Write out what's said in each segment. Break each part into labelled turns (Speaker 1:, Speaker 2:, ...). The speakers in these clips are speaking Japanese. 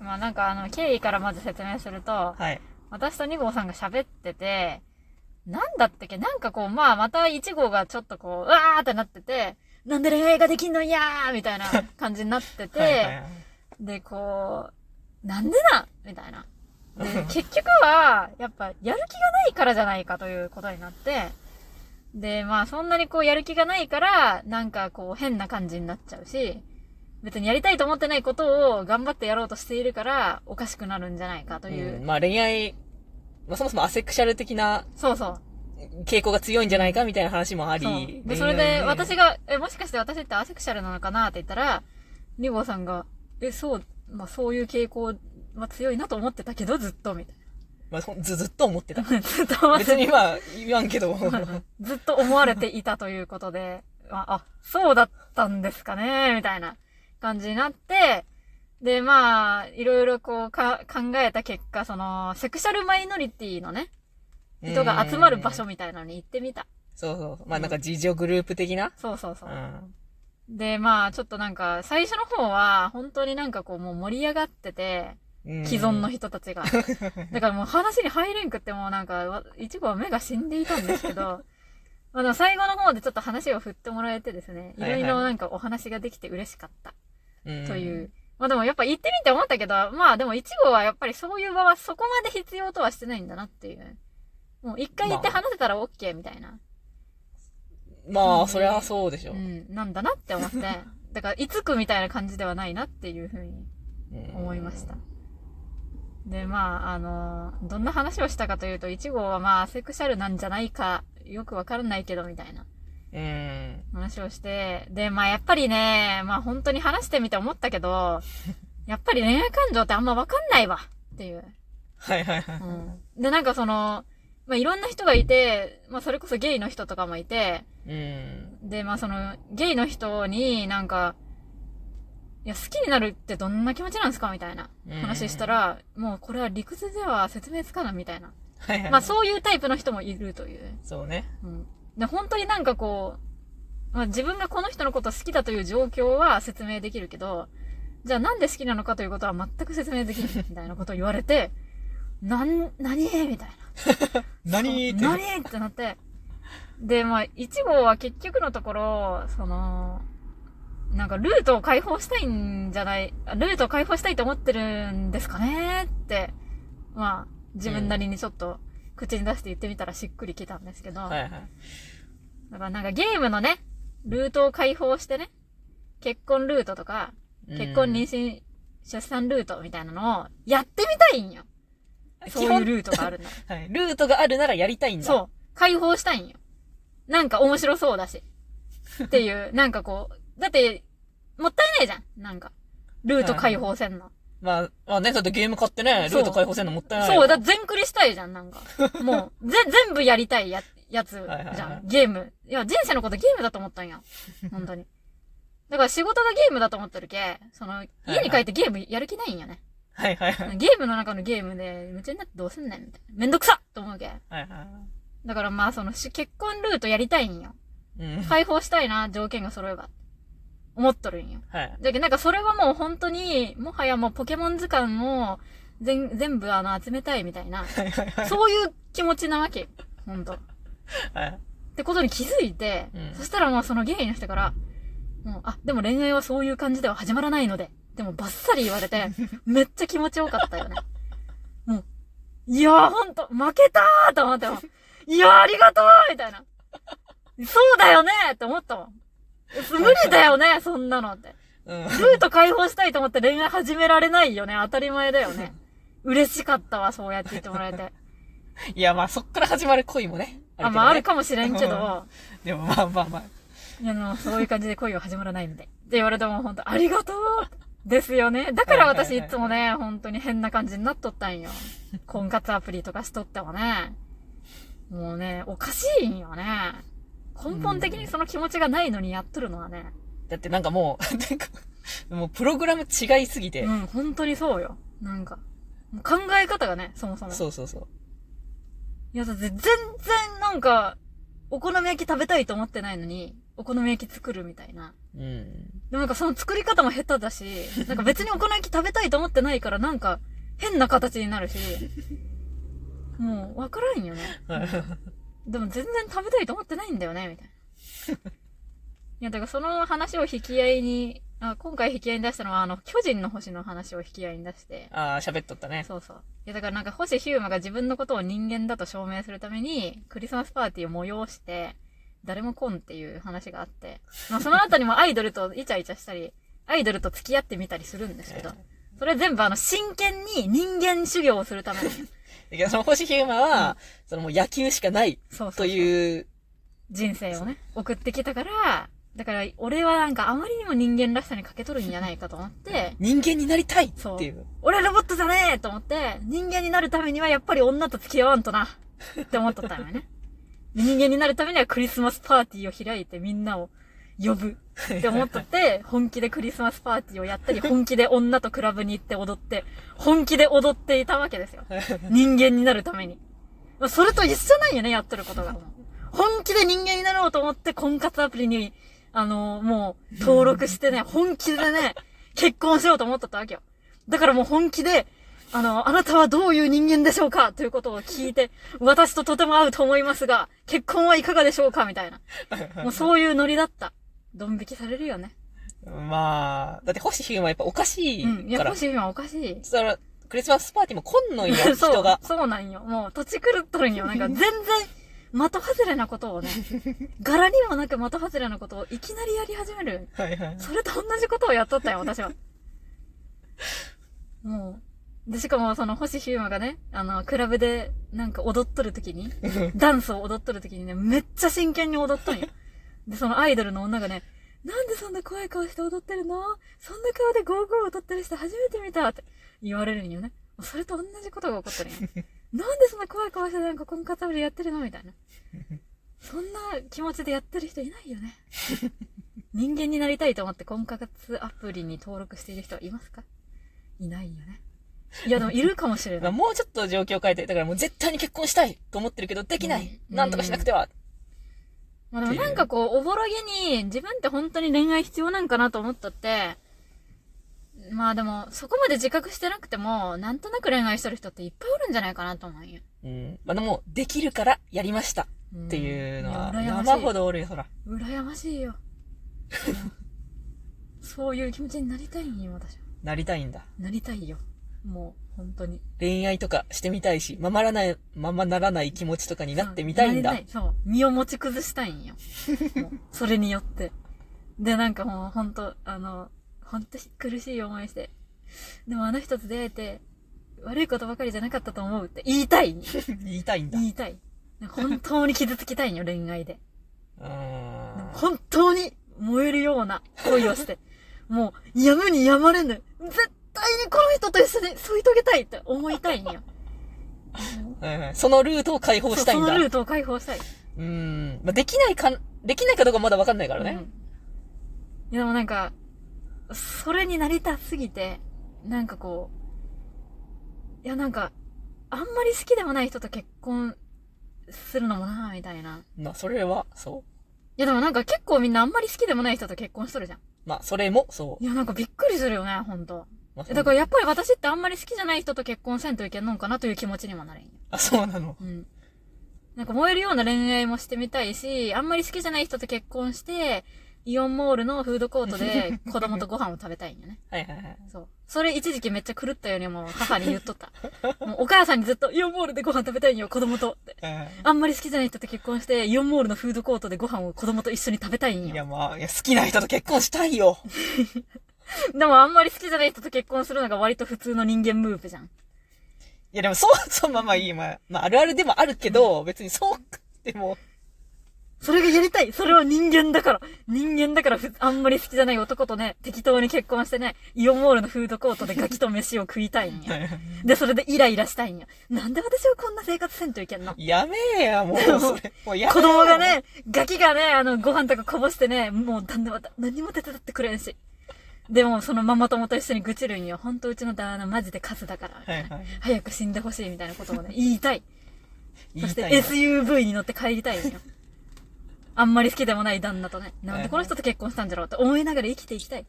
Speaker 1: まあなんかあの、経緯からまず説明すると、
Speaker 2: はい。
Speaker 1: 私と2号さんが喋ってて、なんだったっけなんかこう、まあまた1号がちょっとこう、うわーってなってて、なんで恋愛ができんのんやーみたいな感じになってて、
Speaker 2: はいはいはい
Speaker 1: で、こう、なんでなんみたいな。で、 結局は、やっぱ、やる気がないからじゃないかということになって、で、まあ、そんなにこう、やる気がないから、なんかこう、変な感じになっちゃうし、別にやりたいと思ってないことを頑張ってやろうとしているから、おかしくなるんじゃないかという。
Speaker 2: うんまあ恋愛、まあそもそもアセクシャル的な
Speaker 1: そうそう。
Speaker 2: 傾向が強いんじゃないかみたいな話もあり。
Speaker 1: そうで、
Speaker 2: 恋愛
Speaker 1: それで私
Speaker 2: が。
Speaker 1: が、え、もしかして私ってアセクシャルなのかなって言ったら、ニゴさんが、え、そう、まあ、そういう傾向、まあ、強いなと思ってたけど、ずっと、みたい
Speaker 2: まあそず、ずっと 思ってた。
Speaker 1: な。ずっと思って
Speaker 2: 別にまあ言わんけど。
Speaker 1: ずっと思われていたということで、あ、あそうだったんですかね、みたいな感じになって、で、まあ、いろいろこうか考えた結果、その、セクシャルマイノリティのね、 人が集まる場所
Speaker 2: うん。
Speaker 1: みたいなのに行ってみた。
Speaker 2: そうそう。まあなんか自助グループ的な。
Speaker 1: そうそうそう
Speaker 2: う。ん。
Speaker 1: で、まあ、ちょっとなんか、最初の方は、本当になんかこう、もう盛り上がってて、
Speaker 2: うん
Speaker 1: 既存の人た ちが。だからもう話に入れんくってもうなんか、わ一号は目が死んでいたんですけど、 まあでも最後の方でちょっと話を振ってもらえてですね、い
Speaker 2: はい
Speaker 1: ろ
Speaker 2: はい
Speaker 1: いろなんかお話ができて嬉しかった
Speaker 2: うん
Speaker 1: という。。まあでもやっぱ行ってみて思ったけど、まあでも一号はやっぱりそういう場はそこまで必要とはしてないんだなっていう。もう一回行って話せたら OK みたいな。
Speaker 2: まあ、それはそうでしょ
Speaker 1: う。ん、なんだなって思って。だから、いつくみたいな感じではないなっていうふうに
Speaker 2: うん
Speaker 1: 思いました。。で、まあ、あの、どんな話をしたかというと、1号はまあ、セクシャルなんじゃないか、よくわからないけど、みたいな
Speaker 2: うん。
Speaker 1: 話をして、で、まあ、やっぱりね、まあ、本当に話してみて思ったけど、やっぱり恋愛感情ってあんまわかんないわ、っていう。
Speaker 2: はいはいはい。
Speaker 1: うん。で、なんかその、まあ、いろんな人がいて、まあ、それこそゲイの人とかもいて、
Speaker 2: うん。
Speaker 1: で、まあ、その、ゲイの人になんか、いや、好きになるってどんな気持ちなんですかみたいな話したら、もうこれは理屈では説明つかないみたいな。
Speaker 2: はいはい。
Speaker 1: まあ、そういうタイプの人もいるという。
Speaker 2: そうね。
Speaker 1: うん。で、本当になんかこう、まあ、自分がこの人のこと好きだという状況は説明できるけど、じゃあなんで好きなのかということは全く説明できないみたいなことを言われて、なん、何みたいな。
Speaker 2: 何って。
Speaker 1: 何ってなって。で、まあ、1号は結局のところ、その、なんかルートを解放したいんじゃない、あルートを解放したいと思ってるんですかねって、まあ、自分なりにちょっと口に出して言ってみたらしっくりきたんですけど、
Speaker 2: はいはい。
Speaker 1: だからなんかゲームのね、ルートを解放してね、結婚ルートとか、結婚、妊娠、出産ルートみたいなのをやってみたいんよ。そういうルートがあるんだ。
Speaker 2: うん。はい。ルートがあるならやりたいんだ。
Speaker 1: そう。解放したいんよ。なんか面白そうだし。って いう、なんかこう、だって、もったいないじゃん。なんか。ルート解放せんの。
Speaker 2: まあ、まあね、だってゲーム買ってね、
Speaker 1: そ
Speaker 2: ル
Speaker 1: う
Speaker 2: ート解放せんのもったいないよ。
Speaker 1: そう、だ、全クリしたいじゃん、なんか。も う、ぜ、全部やりたいや、やつ
Speaker 2: はいはい
Speaker 1: じゃ
Speaker 2: はい
Speaker 1: ん。ゲーム。いや、人生のことゲームだと思ったんや。本当に。だから仕事がゲームだと思ってるけ、その、家に帰ってゲームやる気ないんやね。
Speaker 2: はいはいはい。
Speaker 1: ゲームの中のゲームで、夢中になってどうすんねんみたいな。めんどくさっと思うけ。
Speaker 2: はいは
Speaker 1: だからまあ、その、し結婚ルートやりたいんよ。
Speaker 2: い。うん。はい。
Speaker 1: 解放したいな、条件が揃えば。思っとるんよ。
Speaker 2: はい。
Speaker 1: だけどなんかそれはもう本当に、もはやもうポケモン図鑑も、全、全部あの、集めたいみたいな、
Speaker 2: はいはいはい。
Speaker 1: そういう気持ちなわけ。ほんと。っ
Speaker 2: はい。
Speaker 1: てことに気づいて、
Speaker 2: うん
Speaker 1: そしたらもうそのゲイの人から、もう、あ、でも恋愛はそういう感じでは始まらないので、でもバッサリ言われ て、めっちゃ気持ちよかったよね。もう、いやーほんと、負けたーと思っても、いやーありがとうみたいな。そうだよねって思ったもん。無理だよねそんなのって。
Speaker 2: うん。
Speaker 1: ルート解放したいと思って恋愛始められないよね。当たり前だよね。嬉しかったわ、そうやって言ってもらえ て。
Speaker 2: いや、まあそっから始まる恋もね。
Speaker 1: あ、まあ、ある
Speaker 2: か。
Speaker 1: かもしれんけど、
Speaker 2: でもまあまあまあ。
Speaker 1: いや、もうそういう感じで恋は始まらないみたい。って言われても、本当ありがとうですよね。だから私
Speaker 2: はいはい
Speaker 1: い
Speaker 2: はい
Speaker 1: つもね、本当に変な感じになっとったんよ。婚活アプリとかしとってもね。もうね、おかしいんよね。根本的にその気持ちがないのにやっとるのはね。
Speaker 2: だってなんかもう、なんか、もうプログラム違いすぎて
Speaker 1: う。ん、本当にそうよ。なんか。もう考え方がね、そもそも。
Speaker 2: そうそうそう。
Speaker 1: いや、だって全然なんか、お好み焼き食べたいと思ってないのに、お好み焼き作るみたいな。
Speaker 2: うん。
Speaker 1: でもなんかその作り方も下手だし、なんか別にお好み焼き食べたいと思ってないからなんか変な形になるし、もうわからんよね。でも全然食べたいと思ってないんだよね、みたいな。いや、だからその話を引き合いに、あ今回引き合いに出したのは、あの、巨人の星の話を引き合いに出して、
Speaker 2: ああ、喋っとったね。
Speaker 1: そうそう。いや、だからなんか星ヒューマが自分のことを人間だと証明するために、クリスマスパーティーを催して、誰も来んっていう話があって、まあその後にもアイドルとイチャイチャしたり、アイドルと付き合ってみたりするんですけど、それ全部あの、真剣に人間修行をする ために。
Speaker 2: だけど、その星ヒューマは、そのもう野球しかない
Speaker 1: そうそ
Speaker 2: と
Speaker 1: う。
Speaker 2: いう、
Speaker 1: 人生をね、送ってきたから、だから俺はなんかあまりにも人間らしさに欠けとるんじゃないかと思って、
Speaker 2: 人間になりたいっていう。
Speaker 1: 俺ロボットじゃねえと思って、人間になるためにはやっぱり女と付き合わんとな、って思っとったのよね。で人間になるためにはクリスマスパーティーを開いてみんなを呼ぶって思っとって、本気でクリスマスパーティーをやったり、本気で女とクラブに行って踊って、本気で踊っていたわけですよ。人間になるために。それと一緒なんよね、やってることが。本気で人間になろうと思って、婚活アプリに、あのもう、登録してね、本気でね、結婚しようと思っとったわけよ。だからもう本気で、あの、あなたはどういう人間でしょうかということを聞いて、私ととても合うと思いますが、結婚はいかがでしょうかみたいな。 もうそういうノリだった。ドン引きされるよね。
Speaker 2: まあ、だって星ヒューマはやっぱおかしい
Speaker 1: うん。いや、
Speaker 2: から。
Speaker 1: 欲しい今おかしい。
Speaker 2: そしたら、クリスマスパーティーも来んのよ、
Speaker 1: そ
Speaker 2: 人
Speaker 1: う
Speaker 2: が、。
Speaker 1: そうなんよ。もう、土地狂っとるんよ。 なんか、全然、的外れなことをね、柄にもなく的外れなことをいきなりやり始める。
Speaker 2: はいはい。
Speaker 1: それと同じことをやっとったよ、私は。もう。で、しかも、その、星ヒューマがね、あの、クラブで、なんか踊っとるときに、ダンスを踊っとるときにね、めっちゃ真剣に踊っとんよ。で、そのアイドルの女がね、なんでそんな怖い顔して踊ってるのそんな顔でゴーゴー踊ってる人初めて見たって言われるんよね。それと同じことが起こってるん よ。なんでそんな怖い顔してなんか婚活アプリやってるのみた いな。そんな気持ちでやってる人いないよね。人間になりたいと思って婚活アプリに登録している人はいますかいないよね。いやでもいるかもしれ
Speaker 2: ま
Speaker 1: ない。
Speaker 2: あ、 もうちょっと状況を変えて、だからもう絶対に結婚したいと思ってるけど、できない、
Speaker 1: うん
Speaker 2: なんとかしなくては、
Speaker 1: まあでもなんかこう、おぼろげに自分って本当に恋愛必要なんかなと思ったって、まあでもそこまで自覚してなくても、なんとなく恋愛してる人っていっぱいおるんじゃないかなと思うんよ。
Speaker 2: うん。まあでも、できるからやりました
Speaker 1: っ
Speaker 2: っていうのは、
Speaker 1: 山
Speaker 2: 山
Speaker 1: ほ
Speaker 2: ほ
Speaker 1: ど。
Speaker 2: どおるよ、ほら。
Speaker 1: 羨ましいよ。そういう気持ちになりたいんよ、私は。
Speaker 2: なりたいんだ。
Speaker 1: なりたいよ。もう、本当に。
Speaker 2: 恋愛とかしてみたいし、ままらない、ままならない気持ちとかになってみたいん
Speaker 1: な
Speaker 2: だ
Speaker 1: り。たいそう。身を持ち崩したいんよ。もうそれによって。で、なんかもうほんと、あの、ほんと苦しい思いして。でもあの人と出会えて、悪いことばかりじゃなかったと思うって言いたい。
Speaker 2: 言いたいんだ。
Speaker 1: 言いたい。本当に傷つきたいんよ、恋愛で。
Speaker 2: うーん。
Speaker 1: 本当に燃えるような恋をして、 もう、やむにやまれぬ。絶対にこの人と一緒に添い遂げたいって思いたいん よ。
Speaker 2: うんそのルートを解放したいん
Speaker 1: そうそ
Speaker 2: だ。
Speaker 1: のル
Speaker 2: う
Speaker 1: ートを解放したい。
Speaker 2: ん。まあ、できないかん、できないかどうかまだわかんないから
Speaker 1: うん
Speaker 2: ね。
Speaker 1: いやでもなんか、それになりたすぎて、なんかこう、いやなんか、あんまり好きでもない人と結婚するのもなぁ、みたいな。い
Speaker 2: まあ、それは、そ
Speaker 1: やでもなんか結構みんなあんまり好きでもない人と結婚しとるじゃん。
Speaker 2: う。まあ、それも、そ
Speaker 1: いやなんかびっくりするよね、ほんと。
Speaker 2: う。まあ、
Speaker 1: えだからやっぱり私ってあんまり好きじゃない人と結婚せんといけんのんかなという気持ちにもなるんよ。
Speaker 2: あ、そうなの。
Speaker 1: うん。なんか燃えるような恋愛もしてみたいし、あんまり好きじゃない人と結婚して、イオンモールのフードコートで子供とご飯を食べたいんよね。
Speaker 2: はいはいはい。
Speaker 1: そう。それ一時期めっちゃ狂ったよね、もう母に言っとった。もうお母さんにずっとイオンモールでご飯食べたいんよ、子供とって。あんまり好きじゃない人と結婚して、イオンモールのフードコートでご飯を子供と一緒に食べたいん
Speaker 2: うんいや
Speaker 1: よ。
Speaker 2: まあ、いや好きな人と結婚したいよ。
Speaker 1: でもあんまり好きじゃない人と結婚するのが割と普通の人間ムーブじゃん。
Speaker 2: いやでもそう、 そう、まあまあいい、まあ、まああるあるでもあるけど、別にそう、でも、
Speaker 1: それがやりたいそれは人間だから人間だからふあんまり好きじゃない男とね、適当に結婚してね、イオンモールのフードコートでガキと飯を食いたいんや。で、それでイライラしたいんや。なんで私はこんな生活せんといけんの
Speaker 2: やめえや、もう、それ。もうやめえ
Speaker 1: 子供が、ね、ガキがね、あの、ご飯とかこぼしてね、もう旦那は何も手伝ってくれんし。でも、そのママ友と一緒に愚痴るんよ。ほんとうちの旦那マジでカスだから。みたいな
Speaker 2: はいはい
Speaker 1: 早く死んでほしいみたいなことをね、言いたい。
Speaker 2: 言
Speaker 1: そ
Speaker 2: い
Speaker 1: して
Speaker 2: たいな。
Speaker 1: SUV に乗って帰りたいんよ。あんまり好きでもない旦那とね、なんでこの人と結婚したんだろうって思いながら生きていき たい。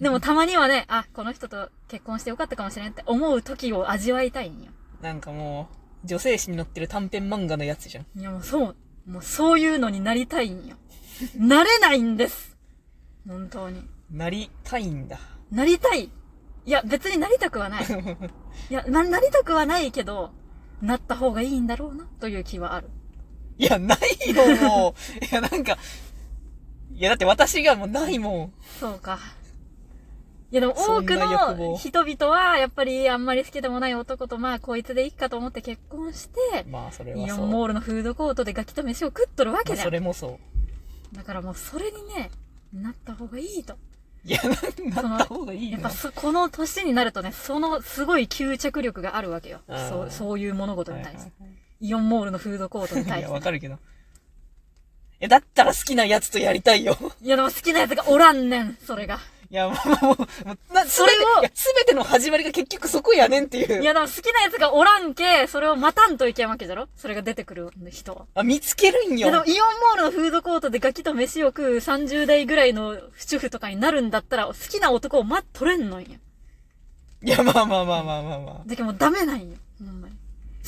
Speaker 1: でもたまにはね、あ、この人と結婚してよかったかもしれんって思う時を味わいたいんよ。
Speaker 2: なんかもう、女性誌に載ってる短編漫画のやつじゃん。
Speaker 1: いやもうそう、もうそういうのになりたいんよ。なれないんです本当に。
Speaker 2: なりたいんだ。
Speaker 1: なりたいいや、別になりたく はない。いや、な、なりたくはないけど、なった方がいいんだろうな、という気はある。
Speaker 2: いや、ないよ、もう。いや、なんか、いや、だって私がもうないも
Speaker 1: そうか。いやでも
Speaker 2: そ
Speaker 1: 多
Speaker 2: ん
Speaker 1: く
Speaker 2: な欲
Speaker 1: の
Speaker 2: 望
Speaker 1: 人々は、やっぱりあんまり好きでもない男と、まあこいつでいいかと思って結婚して
Speaker 2: ん。、まあ、それは
Speaker 1: イオ
Speaker 2: そう。
Speaker 1: ンモールのフードコートでガキと飯を食っとるわ
Speaker 2: ま
Speaker 1: け
Speaker 2: あ
Speaker 1: じゃ
Speaker 2: そ
Speaker 1: ん。
Speaker 2: れもそ
Speaker 1: だからもうそれにね、なった方がいいと。
Speaker 2: う。いや、ななった方がいい
Speaker 1: やっ
Speaker 2: な
Speaker 1: ぱ。そ、この年になるとね、そのすごい吸着力があるわけよ。
Speaker 2: あー
Speaker 1: そう、そういう物事に対し
Speaker 2: は
Speaker 1: て
Speaker 2: い。はい
Speaker 1: イオンモールのフードコートに
Speaker 2: はい
Speaker 1: 対
Speaker 2: いや、
Speaker 1: し
Speaker 2: わ
Speaker 1: て。
Speaker 2: かるけど。え、だったら好きなやつとやりたいよ。
Speaker 1: いやでも好きなやつがおらんねん、それが。
Speaker 2: いや、もう、もうもう、な、それ
Speaker 1: それを
Speaker 2: を、すべての始まりが結局そこやねんっていう。
Speaker 1: いやでも好きなやつがおらんけ、それを待たんといけんわけじゃろそれが出てくる人は。
Speaker 2: あ、見つけるん
Speaker 1: いやで
Speaker 2: よ
Speaker 1: も。イオンモールのフードコートでガキと飯を食う30代ぐらいの主婦とかになるんだったら、好きな男を待っとれんのんよ。
Speaker 2: いや、まあまあまあまあまあま
Speaker 1: だけどもうダメなんよ。ほんまに。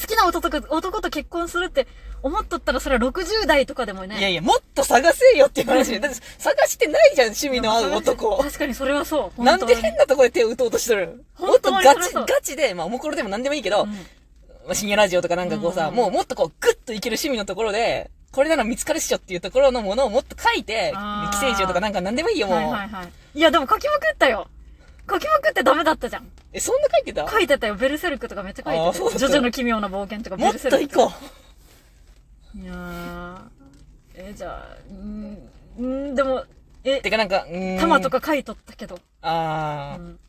Speaker 1: 好きな男と男と結婚するって思っとったらそれは60代とかでも
Speaker 2: あ。
Speaker 1: ね。
Speaker 2: いやいや、もっと探せよっていう話。だって探してないじゃん、趣味の合う男。
Speaker 1: 確かにそれはそう。
Speaker 2: なんで
Speaker 1: 本当
Speaker 2: 変
Speaker 1: に
Speaker 2: なとこで手を打とうとしてるも
Speaker 1: 本
Speaker 2: っ
Speaker 1: 当
Speaker 2: と
Speaker 1: に
Speaker 2: ガチ、
Speaker 1: それはそう
Speaker 2: ガチで、まあ、おもころでもなんでもいいけど、
Speaker 1: うん
Speaker 2: まあ深夜ラジオとかなんかこうさ、
Speaker 1: うん
Speaker 2: もうもっとこう、グッといける趣味のところで、これなら見つかるっしょっていうところのものをもっと書いて、
Speaker 1: あー
Speaker 2: 寄生獣とかなんかなんでもいいよ、もう。
Speaker 1: はいはいはい。いやでも書きまくったよ。書きまくってダメだったじゃん。
Speaker 2: え、そんな書いてた
Speaker 1: 書いてたよ。ベルセルクとかめっちゃ書いてた
Speaker 2: あーそう
Speaker 1: よ。
Speaker 2: だった
Speaker 1: ジョジョの奇妙な冒険とか
Speaker 2: も
Speaker 1: ベ
Speaker 2: っ
Speaker 1: ルセ
Speaker 2: と
Speaker 1: ル
Speaker 2: 行
Speaker 1: ク。
Speaker 2: こう。
Speaker 1: いやー。え、じゃあ、うんー、でも、え
Speaker 2: て、かなんか、うーん。
Speaker 1: 玉と。か書いとったけど。
Speaker 2: あ
Speaker 1: うん